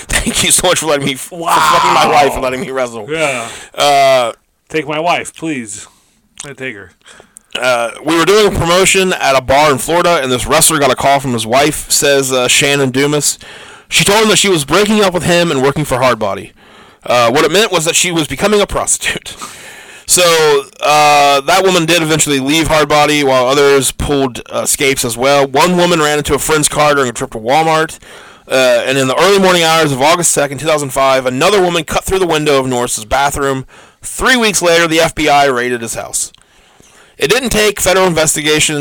C: Thank you so much for letting me for fucking my wife and letting me wrestle."
B: Yeah.
C: Uh,
B: Take my wife, please. I take her.
C: we were doing a promotion at a bar in Florida, and this wrestler got a call from his wife, says uh, Shannon Dumas. She told him that she was breaking up with him and working for Hardbody. Uh, what it meant was that she was becoming a prostitute. [LAUGHS] So uh, that woman did eventually leave Hardbody, while others pulled uh, escapes as well. One woman ran into a friend's car during a trip to Walmart. Uh, and in the early morning hours of August 2nd, 2005, another woman cut through the window of Norris's bathroom. Three weeks later, the FBI raided his house. It didn't take federal investigation.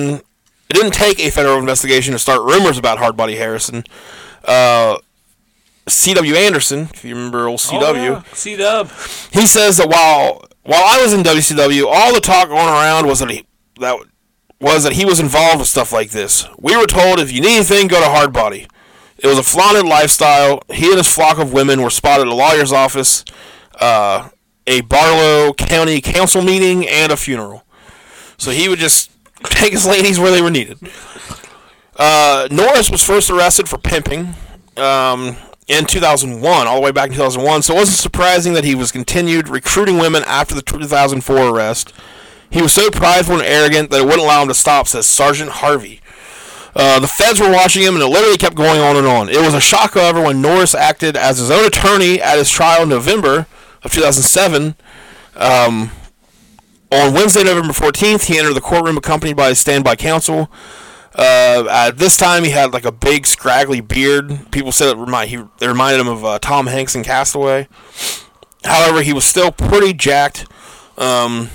C: It didn't take a federal investigation to start rumors about Hardbody Harrison. Uh, C.W. Anderson, if you remember old C.W.,
B: Oh, C Dub.
C: he says that while while I was in WCW, all the talk going around was that he that was that he was involved with stuff like this. We were told if you need anything, go to Hardbody. It was a flaunted lifestyle. He and his flock of women were spotted at a lawyer's office, uh, a Barlow County Council meeting, and a funeral. So he would just [LAUGHS] take his ladies where they were needed. Uh, Norris was first arrested for pimping um, in 2001, all the way back in 2001. So it wasn't surprising that he was continued recruiting women after the 2004 arrest. He was so prideful and arrogant that it wouldn't allow him to stop, says Sergeant Harvey. Uh, the feds were watching him, and it literally kept going on and on. It was a shock, however, when Norris acted as his own attorney at his trial in November of 2007. Um, on Wednesday, November 14th, he entered the courtroom accompanied by his standby counsel. Uh, at this time, he had like a big scraggly beard. People said it remind he it reminded him of uh, Tom Hanks in Castaway. However, he was still pretty jacked. Um,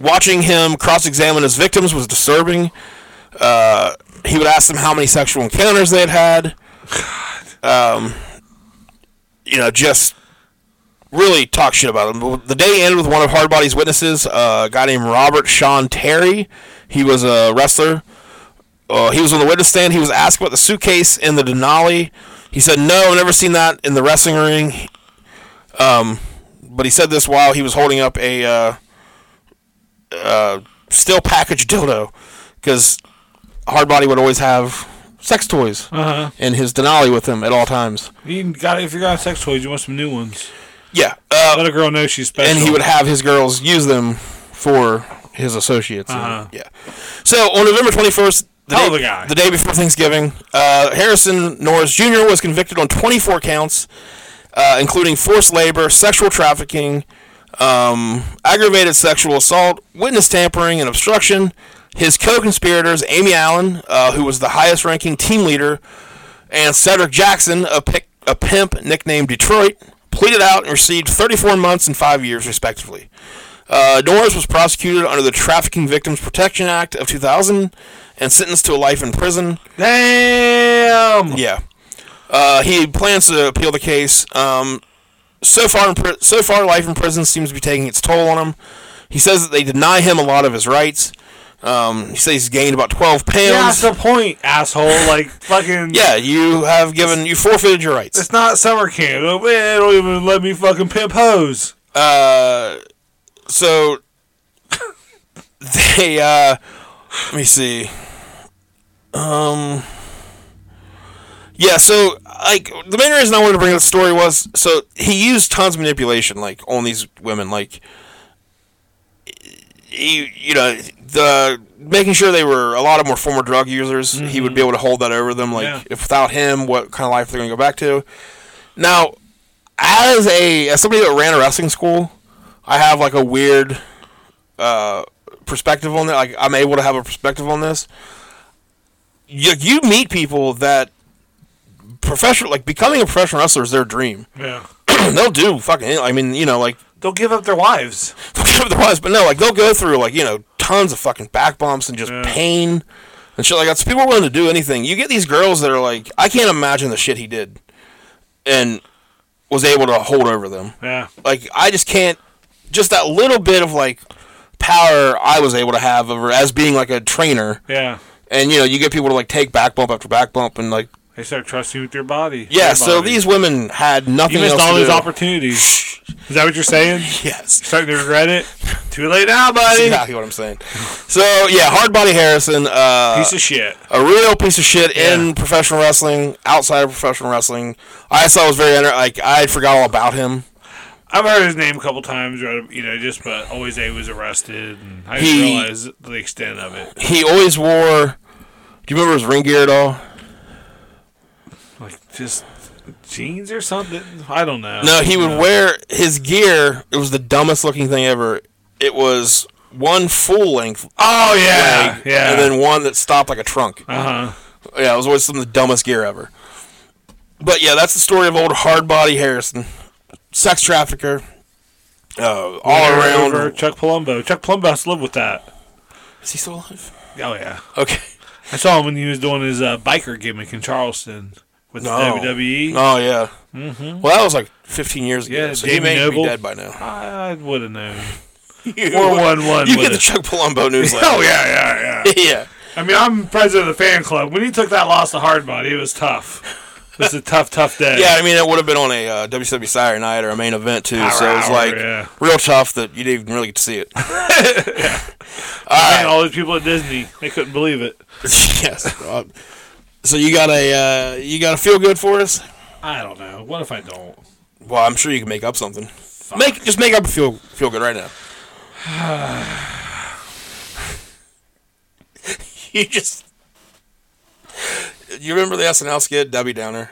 C: watching him cross-examine his victims was disturbing. Uh, he would ask them how many sexual encounters they had had. Um, you know, just really talk shit about him. The day ended with one of Hardbody's witnesses, uh, a guy named Robert Sean Terry. He was a wrestler. Uh, he was on the witness stand. He was asked about the suitcase in the Denali. He said, "No, I've never seen that in the wrestling ring." Um, but he said this while he was holding up a uh, uh, still packaged dildo, because Hardbody would always have sex toys
B: Uh huh.
C: in his Denali with him at all times.
B: You got if you got sex toys, you want some new ones.
C: Yeah, uh,
B: Let a girl know she's special.
C: and he would have his girls use them for his associates. and-
B: Uh-huh.
C: Yeah. So on November 21st, the
B: Hell of
C: day,
B: a guy.
C: the day before Thanksgiving, uh, Harrison Norris Jr. was convicted on 24 counts, uh, including forced labor, sexual trafficking, um, aggravated sexual assault, witness tampering, and obstruction. His co-conspirators, Amy Allen, uh, who was the highest-ranking team leader, and Cedric Jackson, a, pic- a pimp nicknamed Detroit, pleaded out and received 34 months and five years, respectively. Uh, Norris was prosecuted under the Trafficking Victims Protection Act of 2000 and sentenced to a life in prison.
B: Damn.
C: Yeah. Uh, he plans to appeal the case. Um, so far, in pri- so far, life in prison seems to be taking its toll on him. He says that they deny him a lot of his rights. Um, he says he's gained about 12
B: Yeah, that's
C: pounds.
B: the point, asshole. Like fucking.
C: Yeah, you have given you forfeited your rights.
B: [LAUGHS] It's not summer camp. Oh, man, They don't even let me fucking pimp hose.
C: Uh, so they uh let me see um yeah so like the main reason i wanted to bring up the story was so he used tons of manipulation like on these women like he, you know the making sure they were a lot of more former drug users he would be able to hold that over them like
B: Yeah.
C: if without him what kind of life they're going to go back to now as a as somebody that ran a wrestling school i have like a weird uh perspective on that. Like I'm able to have a perspective on this. You, you meet people that professional, like becoming a professional wrestler is their dream. [CLEARS THROAT]
B: Yeah.
C: They'll do fucking. any- I mean, you know, like [LAUGHS]
B: They'll give up their wives.
C: Otherwise, but no, like they'll go through like you know tons of fucking back bumps and just pain and shit like that. So people are willing to do anything. You get these girls that are like, I can't imagine the shit he did, and was able to hold over them.
B: Yeah.
C: Like I just can't. Just that little bit of like power I was able to have over as being like a trainer,
B: Yeah.
C: and you know you get people to like take back bump after back bump and like
B: They start trusting you with your body.
C: yeah.
B: Their
C: So
B: body.
C: these women had nothing.
B: You missed
C: else
B: all
C: to
B: these
C: do.
B: opportunities. Is that what you're saying?
C: [LAUGHS] Yes.
B: Starting to regret it? Too late now,
C: That's
B: buddy.
C: exactly what I'm saying. So yeah, hard body Harrison, uh,
B: Piece of shit.
C: a real piece of shit
B: Yeah.
C: in professional wrestling, outside of professional wrestling. I saw was very under, like I had forgot all about him.
B: I've heard his name a couple times, right, you know, just but always he was arrested, and I didn't
C: He-
B: realize the extent of it.
C: He always wore. Do you remember his ring gear at all?
B: Like just jeans or something. I don't know.
C: No, he would wear his gear. It was the dumbest looking thing ever. It was one full length
B: Oh yeah,
C: leg,
B: yeah.
C: and then one that stopped like a trunk.
B: uh huh.
C: Yeah, it was always some of the dumbest gear ever. But yeah, that's the story of old Hardbody Harrison, sex trafficker, uh, all around.
B: Chuck Palumbo. Chuck Palumbo has to live with that.
C: Is he still alive?
B: Oh yeah.
C: Okay.
B: I saw him when he was doing his uh, biker gimmick in Charleston with
C: No.
B: the E. WWE.
C: Oh yeah. Well, that was like 15 years ago,
B: Mm-hmm. Yeah,
C: so
B: Davey
C: he may
B: Noble.
C: be dead by now. [LAUGHS]
B: I would have known.
C: You,
B: Four one one.
C: you get the Chuck Palumbo newsletter.
B: [LAUGHS] Oh yeah, yeah, yeah.
C: [LAUGHS] yeah.
B: I mean, I'm president of the fan club. When he took that loss to Hardbody, it was tough. It was a tough, tough day.
C: Yeah, I mean, it would have been on a uh, WCW Saturday night or a main event, too. so it was
B: hour,
C: like
B: yeah.
C: real tough that you didn't even really get to
B: [LAUGHS]
C: see it.
B: Man, all these people at Disney, they couldn't believe it.
C: yes. Uh, so you got a uh, you got to feel good for us.
B: I don't know. What if I don't?
C: Well, I'm sure you can make up something. Make just make up a feel feel good right now. [SIGHS] you just you remember the SNL skit Debbie Downer?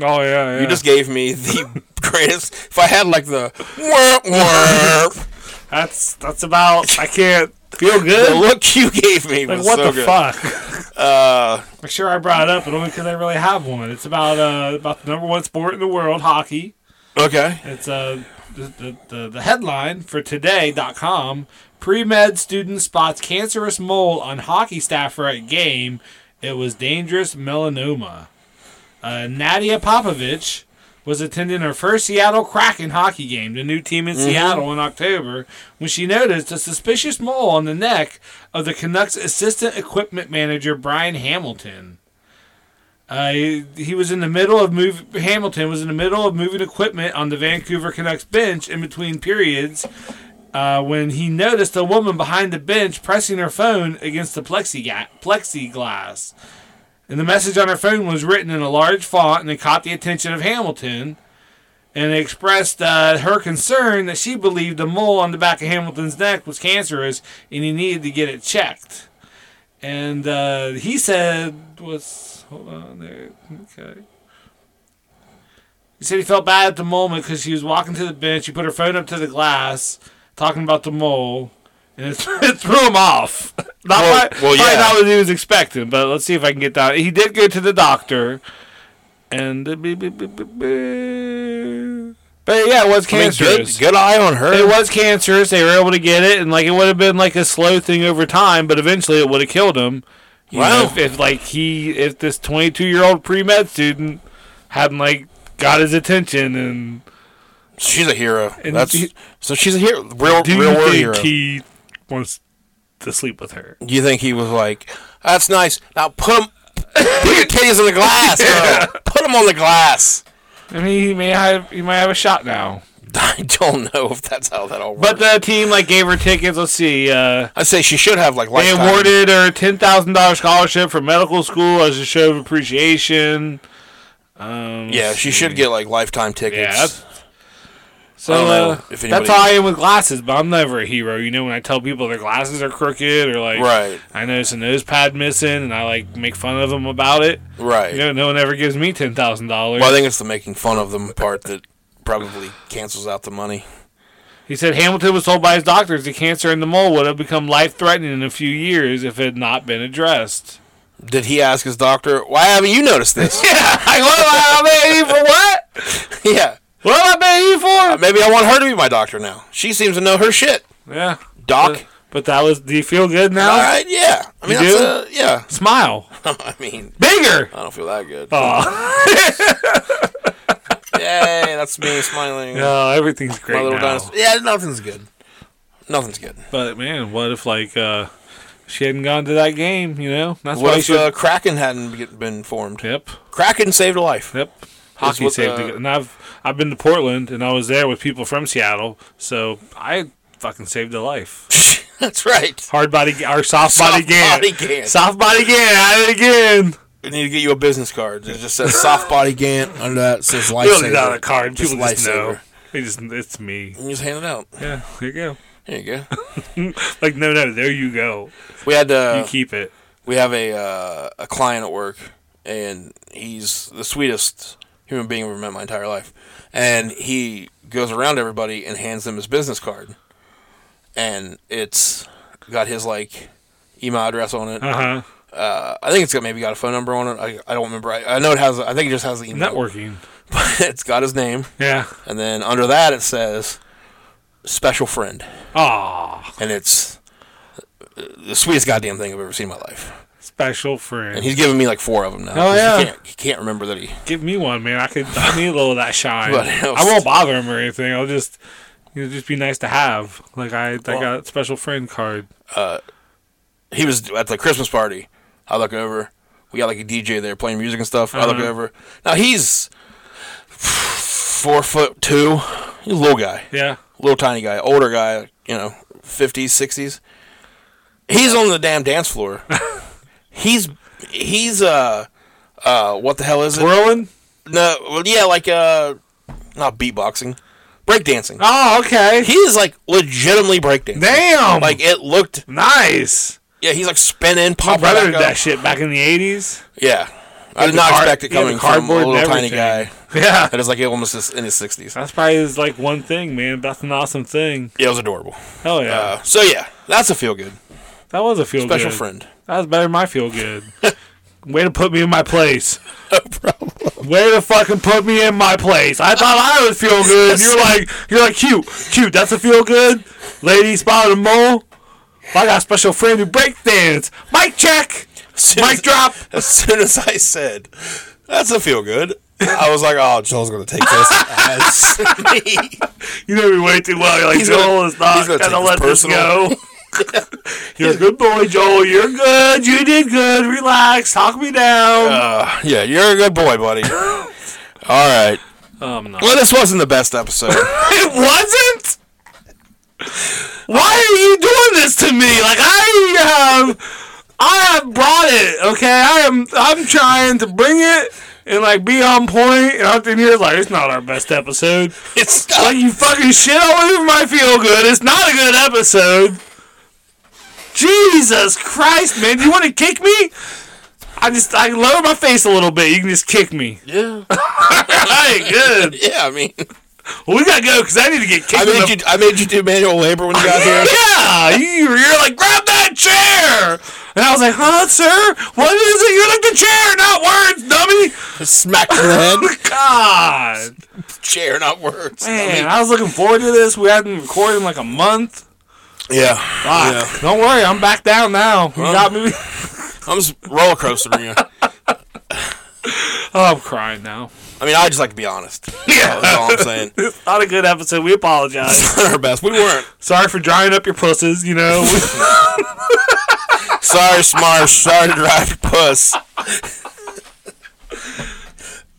B: Oh yeah, yeah.
C: You just gave me the [LAUGHS] greatest. If I had like the [LAUGHS] warp warp,
B: that's that's about. I can't
C: [LAUGHS]
B: feel
C: the
B: good.
C: look you gave me
B: Like
C: was
B: what
C: so
B: the
C: good.
B: fuck?
C: Uh,
B: Like sure, I brought it up, but only because I really have one. It's about uh about the number one sport in the world, hockey.
C: okay.
B: [LAUGHS] It's uh the the, the, the headline for today.com. Pre-med student spots cancerous mole on hockey staffer at game. It was dangerous melanoma. Uh, Nadia Popovich was attending her first Seattle Kraken hockey game, the new team in Seattle in October, when she noticed a suspicious mole on the neck of the Canucks assistant equipment manager Brian Hamilton. Uh, he, he was in the middle of move. Hamilton was in the middle of moving equipment on the Vancouver Canucks bench in between periods uh, when he noticed a woman behind the bench pressing her phone against the plexiga- plexiglass. And the message on her phone was written in a large font and it caught the attention of Hamilton. And it expressed uh, her concern that she believed the mole on the back of Hamilton's neck was cancerous and he needed to get it checked. And uh, he said, "Was hold on there, okay." He said he felt bad at the moment because she was walking to the bench. She put her phone up to the glass, talking about the mole, and it, [LAUGHS] it threw him off. [LAUGHS] Not
C: Well-
B: quite,
C: well,
B: probably
C: yeah.
B: not what he was expecting, but let's see if I can get that. He did go to the doctor, and but yeah, it was
C: I mean, good,
B: cancerous.
C: good eye on her.
B: It was cancerous. They were able to get it, and like it would have been like a slow thing over time, but eventually it would have killed him. You
C: Wow.
B: know, if, if like he, if this 22 year old pre med student hadn't like got his attention, and
C: She's a hero.
B: And
C: That's
B: do-
C: so she's a hero, real
B: do
C: real
B: you
C: world
B: think
C: hero.
B: he wants to sleep with her?
C: Do you think he was like, "That's nice. Now put 'em- put your titties on the
B: [LAUGHS]
C: glass, girl. Put them on the glass." [LAUGHS]
B: I mean, he may have, he might have a shot now.
C: I don't know if that's how that all works.
B: But the team like gave her tickets. Let's see. Uh,
C: I say she should have like
B: They
C: lifetime.
B: awarded her a ten thousand dollar scholarship for medical school as a show of appreciation. Um,
C: Yeah, she should get like lifetime tickets.
B: Yeah, that's- so
C: I don't know
B: uh,
C: if anybody-
B: that's how I am with glasses, but I'm never a hero. You know, when I tell people their glasses are crooked or like,
C: Right.
B: I notice a nose pad missing, and I like make fun of them about it.
C: right.
B: You know, no one ever gives me ten thousand dollars.
C: Well, I think it's the making fun of them part that probably cancels out the money.
B: He said Hamilton was told by his doctors the cancer in the mole would have become life threatening in a few years if it had not been addressed.
C: Did he ask
B: [LAUGHS]
C: his doctor, "Why haven't you noticed this?"
B: Yeah, I, I mean, for what?
C: [LAUGHS] yeah.
B: What am I paying you for?
C: Maybe I want her to be my doctor now. She seems to know her shit.
B: Yeah.
C: Doc.
B: But, but that was. Do you feel good now?
C: All right, yeah. I mean,
B: Uh, You
C: that's a, yeah. [LAUGHS]
B: Smile
C: I mean,
B: bigger.
C: I don't feel that good.
B: Oh,
C: Yay, that's me smiling.
B: no, everything's great
C: my little
B: now.
C: dinosaur. Yeah, nothing's good. Nothing's good.
B: But man, what if like uh, she hadn't gone to that game? You know, that's
C: What
B: why
C: if
B: she.
C: uh, Kraken hadn't get- been formed?
B: yep.
C: Kraken saved a life.
B: Yep. Hockey
C: what
B: saved
C: the-
B: the, and I've I've been to Portland and I was there with people from Seattle, so I fucking saved a life.
C: [LAUGHS] that's right.
B: Hard body or soft, body
C: Soft body
B: Gant.
C: Gant.
B: Soft body Gant at it again.
C: We need to get you a business card. It just says soft body Gant. Under that it says
B: We
C: lifesaver.
B: don't need that on a card.
C: Just
B: People just know.
C: lifesaver.
B: They just it's me.
C: And you just hand it out.
B: Yeah, there you go.
C: There you go.
B: Like no, no, there you go.
C: We had
B: You
C: uh,
B: keep it.
C: we have a uh, a client at work, and he's the sweetest human being I've ever met in my entire life. And he goes around to everybody and hands them his business card, and it's got his like email address on it.
B: Uh huh.
C: Uh, I think it's got maybe got a phone number on it. I, I don't remember. I, I know it has. I think it just has the email.
B: Networking.
C: [LAUGHS] But it's got his name,
B: Yeah.
C: and then under that it says special friend,
B: Ah,
C: and it's the sweetest goddamn thing I've ever seen in my life.
B: special
C: And
B: friend.
C: he's given me like four of them now.
B: Oh,
C: 'cause
B: yeah.
C: He can't, he can't remember that he.
B: Give me one, man. I could. I need a little of that shine.
C: What else?
B: I won't bother him or anything. I'll just. It'll just be nice to have. Like I, I
C: Well-
B: got a special friend card.
C: He was at the Christmas party. I look over. We got like a DJ there playing music and stuff. I look
B: Uh-huh.
C: over. Now he's four foot two. He's a little guy,
B: Yeah.
C: little tiny guy, older guy. You know, fifties, sixties. He's on the damn dance
B: [LAUGHS]
C: floor. he's he's uh uh what the hell is it?
B: Twirling.
C: No, well, yeah, like uh not beatboxing, breakdancing.
B: Oh, okay.
C: He is like legitimately breakdancing.
B: Damn.
C: Like it looked
B: nice.
C: Yeah, he's like spinning,
B: My
C: popping
B: brother
C: back
B: did
C: up.
B: that shit back in the eighties.
C: Yeah, I did
B: the
C: not
B: car-
C: expect it
B: he had
C: coming
B: the
C: from a
B: cardboard and
C: little tiny
B: everything.
C: guy
B: [LAUGHS] Yeah.
C: that is like almost as- in his sixties.
B: That's probably his like one thing, man. That's an awesome thing.
C: Yeah, it was adorable.
B: Hell yeah.
C: Uh, so yeah, that's a feel good
B: that was a feel
C: special
B: good.
C: friend.
B: That was better than my feel [LAUGHS] good. Way to put me in my place.
C: No problem.
B: Way to fucking put me in my place. I thought I was feel good. You're like you're like cute, cute. That's a feel good. Lady spotted a mole. I got a special friend who breakdance. Mic check. Mic drop.
C: [LAUGHS] As soon as I said, "That's a feel good," I was like, "Oh, Joel's gonna take this as me."
B: [LAUGHS] You know me way too well. You're like
C: He's gonna-
B: Joel is not
C: he's gonna
B: gonna,
C: take this
B: let this
C: personal."
B: go. [LAUGHS] You're a good boy, Joel. You're good. You did good. Relax. Talk me down.
C: Uh, yeah, you're a good boy, buddy. All right.
B: um, no.
C: Well, this wasn't the best episode.
B: [LAUGHS] It wasn't. Why are you doing this to me? Like I have, I have brought it. Okay, I am. I'm trying to bring it and like be on point. And I'm in here like it's not our best episode.
C: it's
B: Like you fucking shit all over my feel good. It's not a good episode. Jesus Christ, man! You want to kick me? I just I lower my face a little bit. You can just kick me. [LAUGHS]
C: yeah,
B: All right, good.
C: yeah. I mean,
B: Well, we gotta go because I need to get kicked.
C: I
B: in the
C: made you. I made you do manual labor when you got here.
B: [LAUGHS] Yeah, you, you're like, grab that chair. And I was like, huh, sir? What is it? You're like the chair, not words, dummy.
C: Smacked in the head.
B: God,
C: chair, not words.
B: man, I was looking forward to this. We hadn't recorded in like a month.
C: Yeah.
B: Fuck.
C: yeah.
B: Don't worry, I'm back down now. You got me. [LAUGHS]
C: I'm just roller coastering you.
B: Oh, I'm crying now.
C: I mean, I just like to be honest.
B: Yeah.
C: That's all I'm saying.
B: [LAUGHS]
C: [LAUGHS]
B: It's not a good episode. We apologize.
C: Our best. We weren't.
B: Sorry for drying up your pusses. You know, [LAUGHS]
C: Sorry, Smarsh. Sorry to drive your puss. [LAUGHS]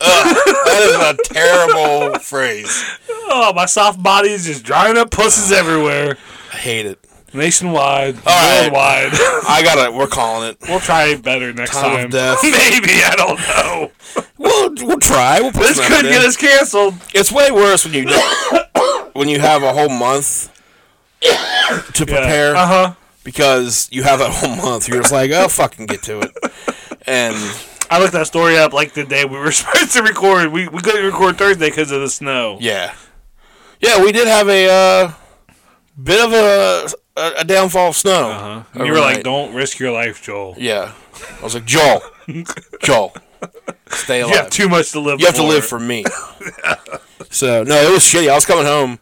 C: Ugh, that is a terrible phrase.
B: oh, my soft body is just drying up pusses everywhere,
C: I hate it.
B: nationwide,
C: right.
B: worldwide. [LAUGHS]
C: I gotta. We're calling it.
B: We'll try better next
C: Time of
B: time.
C: death.
B: [LAUGHS] Maybe I don't know.
C: We'll we'll try. We'll put
B: This
C: some
B: could
C: effort
B: get
C: in.
B: us canceled.
C: It's way worse when you don't- [COUGHS] when you have a whole month to prepare
B: Uh huh.
C: because you have that whole month. You're just like, oh, fucking get to it, and.
B: I looked that story up like the day we were [LAUGHS] supposed to record. We we couldn't record Thursday because of the snow.
C: Yeah, yeah, we did have a uh, bit of a a, a downfall of snow.
B: Uh-huh. And you were like,
C: overnight.
B: "Don't risk your life, Joel."
C: Yeah, I was like, Joel, Joel, Stay alive.
B: You have too much to live.
C: You have to live for me. so no, it was shitty. I was coming home,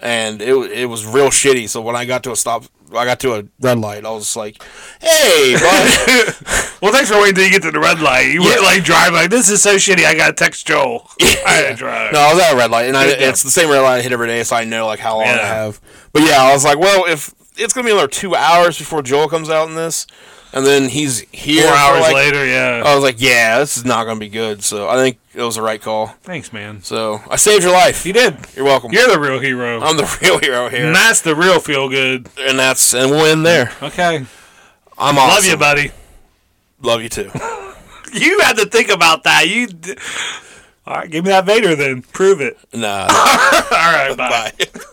C: and it wa- it was real shitty. So when I got to a stop, I got to a red light. I was just like, "Hey,
B: [LAUGHS]
C: bud."
B: [LAUGHS] Well, thanks for waiting till you get to the red light. You were
C: Yeah.
B: like driving like this is so shitty. I gotta
C: [LAUGHS]
B: text Joel. I gotta drive.
C: no, I was at a red light, and I,
B: Yeah.
C: it's the same red light I hit every day, so I know like how long I
B: Yeah.
C: have. But yeah, I was like, well, if it's gonna be another two hours before Joel comes out in this, and then he's here
B: Four
C: for,
B: hours
C: like- uh,
B: later, yeah.
C: I was like, yeah, this is not gonna be good. So I think it was the right call.
B: thanks, man.
C: So I saved your life.
B: You did.
C: You're welcome.
B: You're the real hero.
C: I'm the [LAUGHS] real hero here,
B: and that's the real feel good.
C: and that's and we'll end there.
B: Okay.
C: I'm awesome.
B: Love you, buddy.
C: Love you
B: [LAUGHS]
C: too.
B: You had to think about that. You. D- All right, give me that Vader then. Prove it.
C: nah.
B: All right, bye.
C: bye.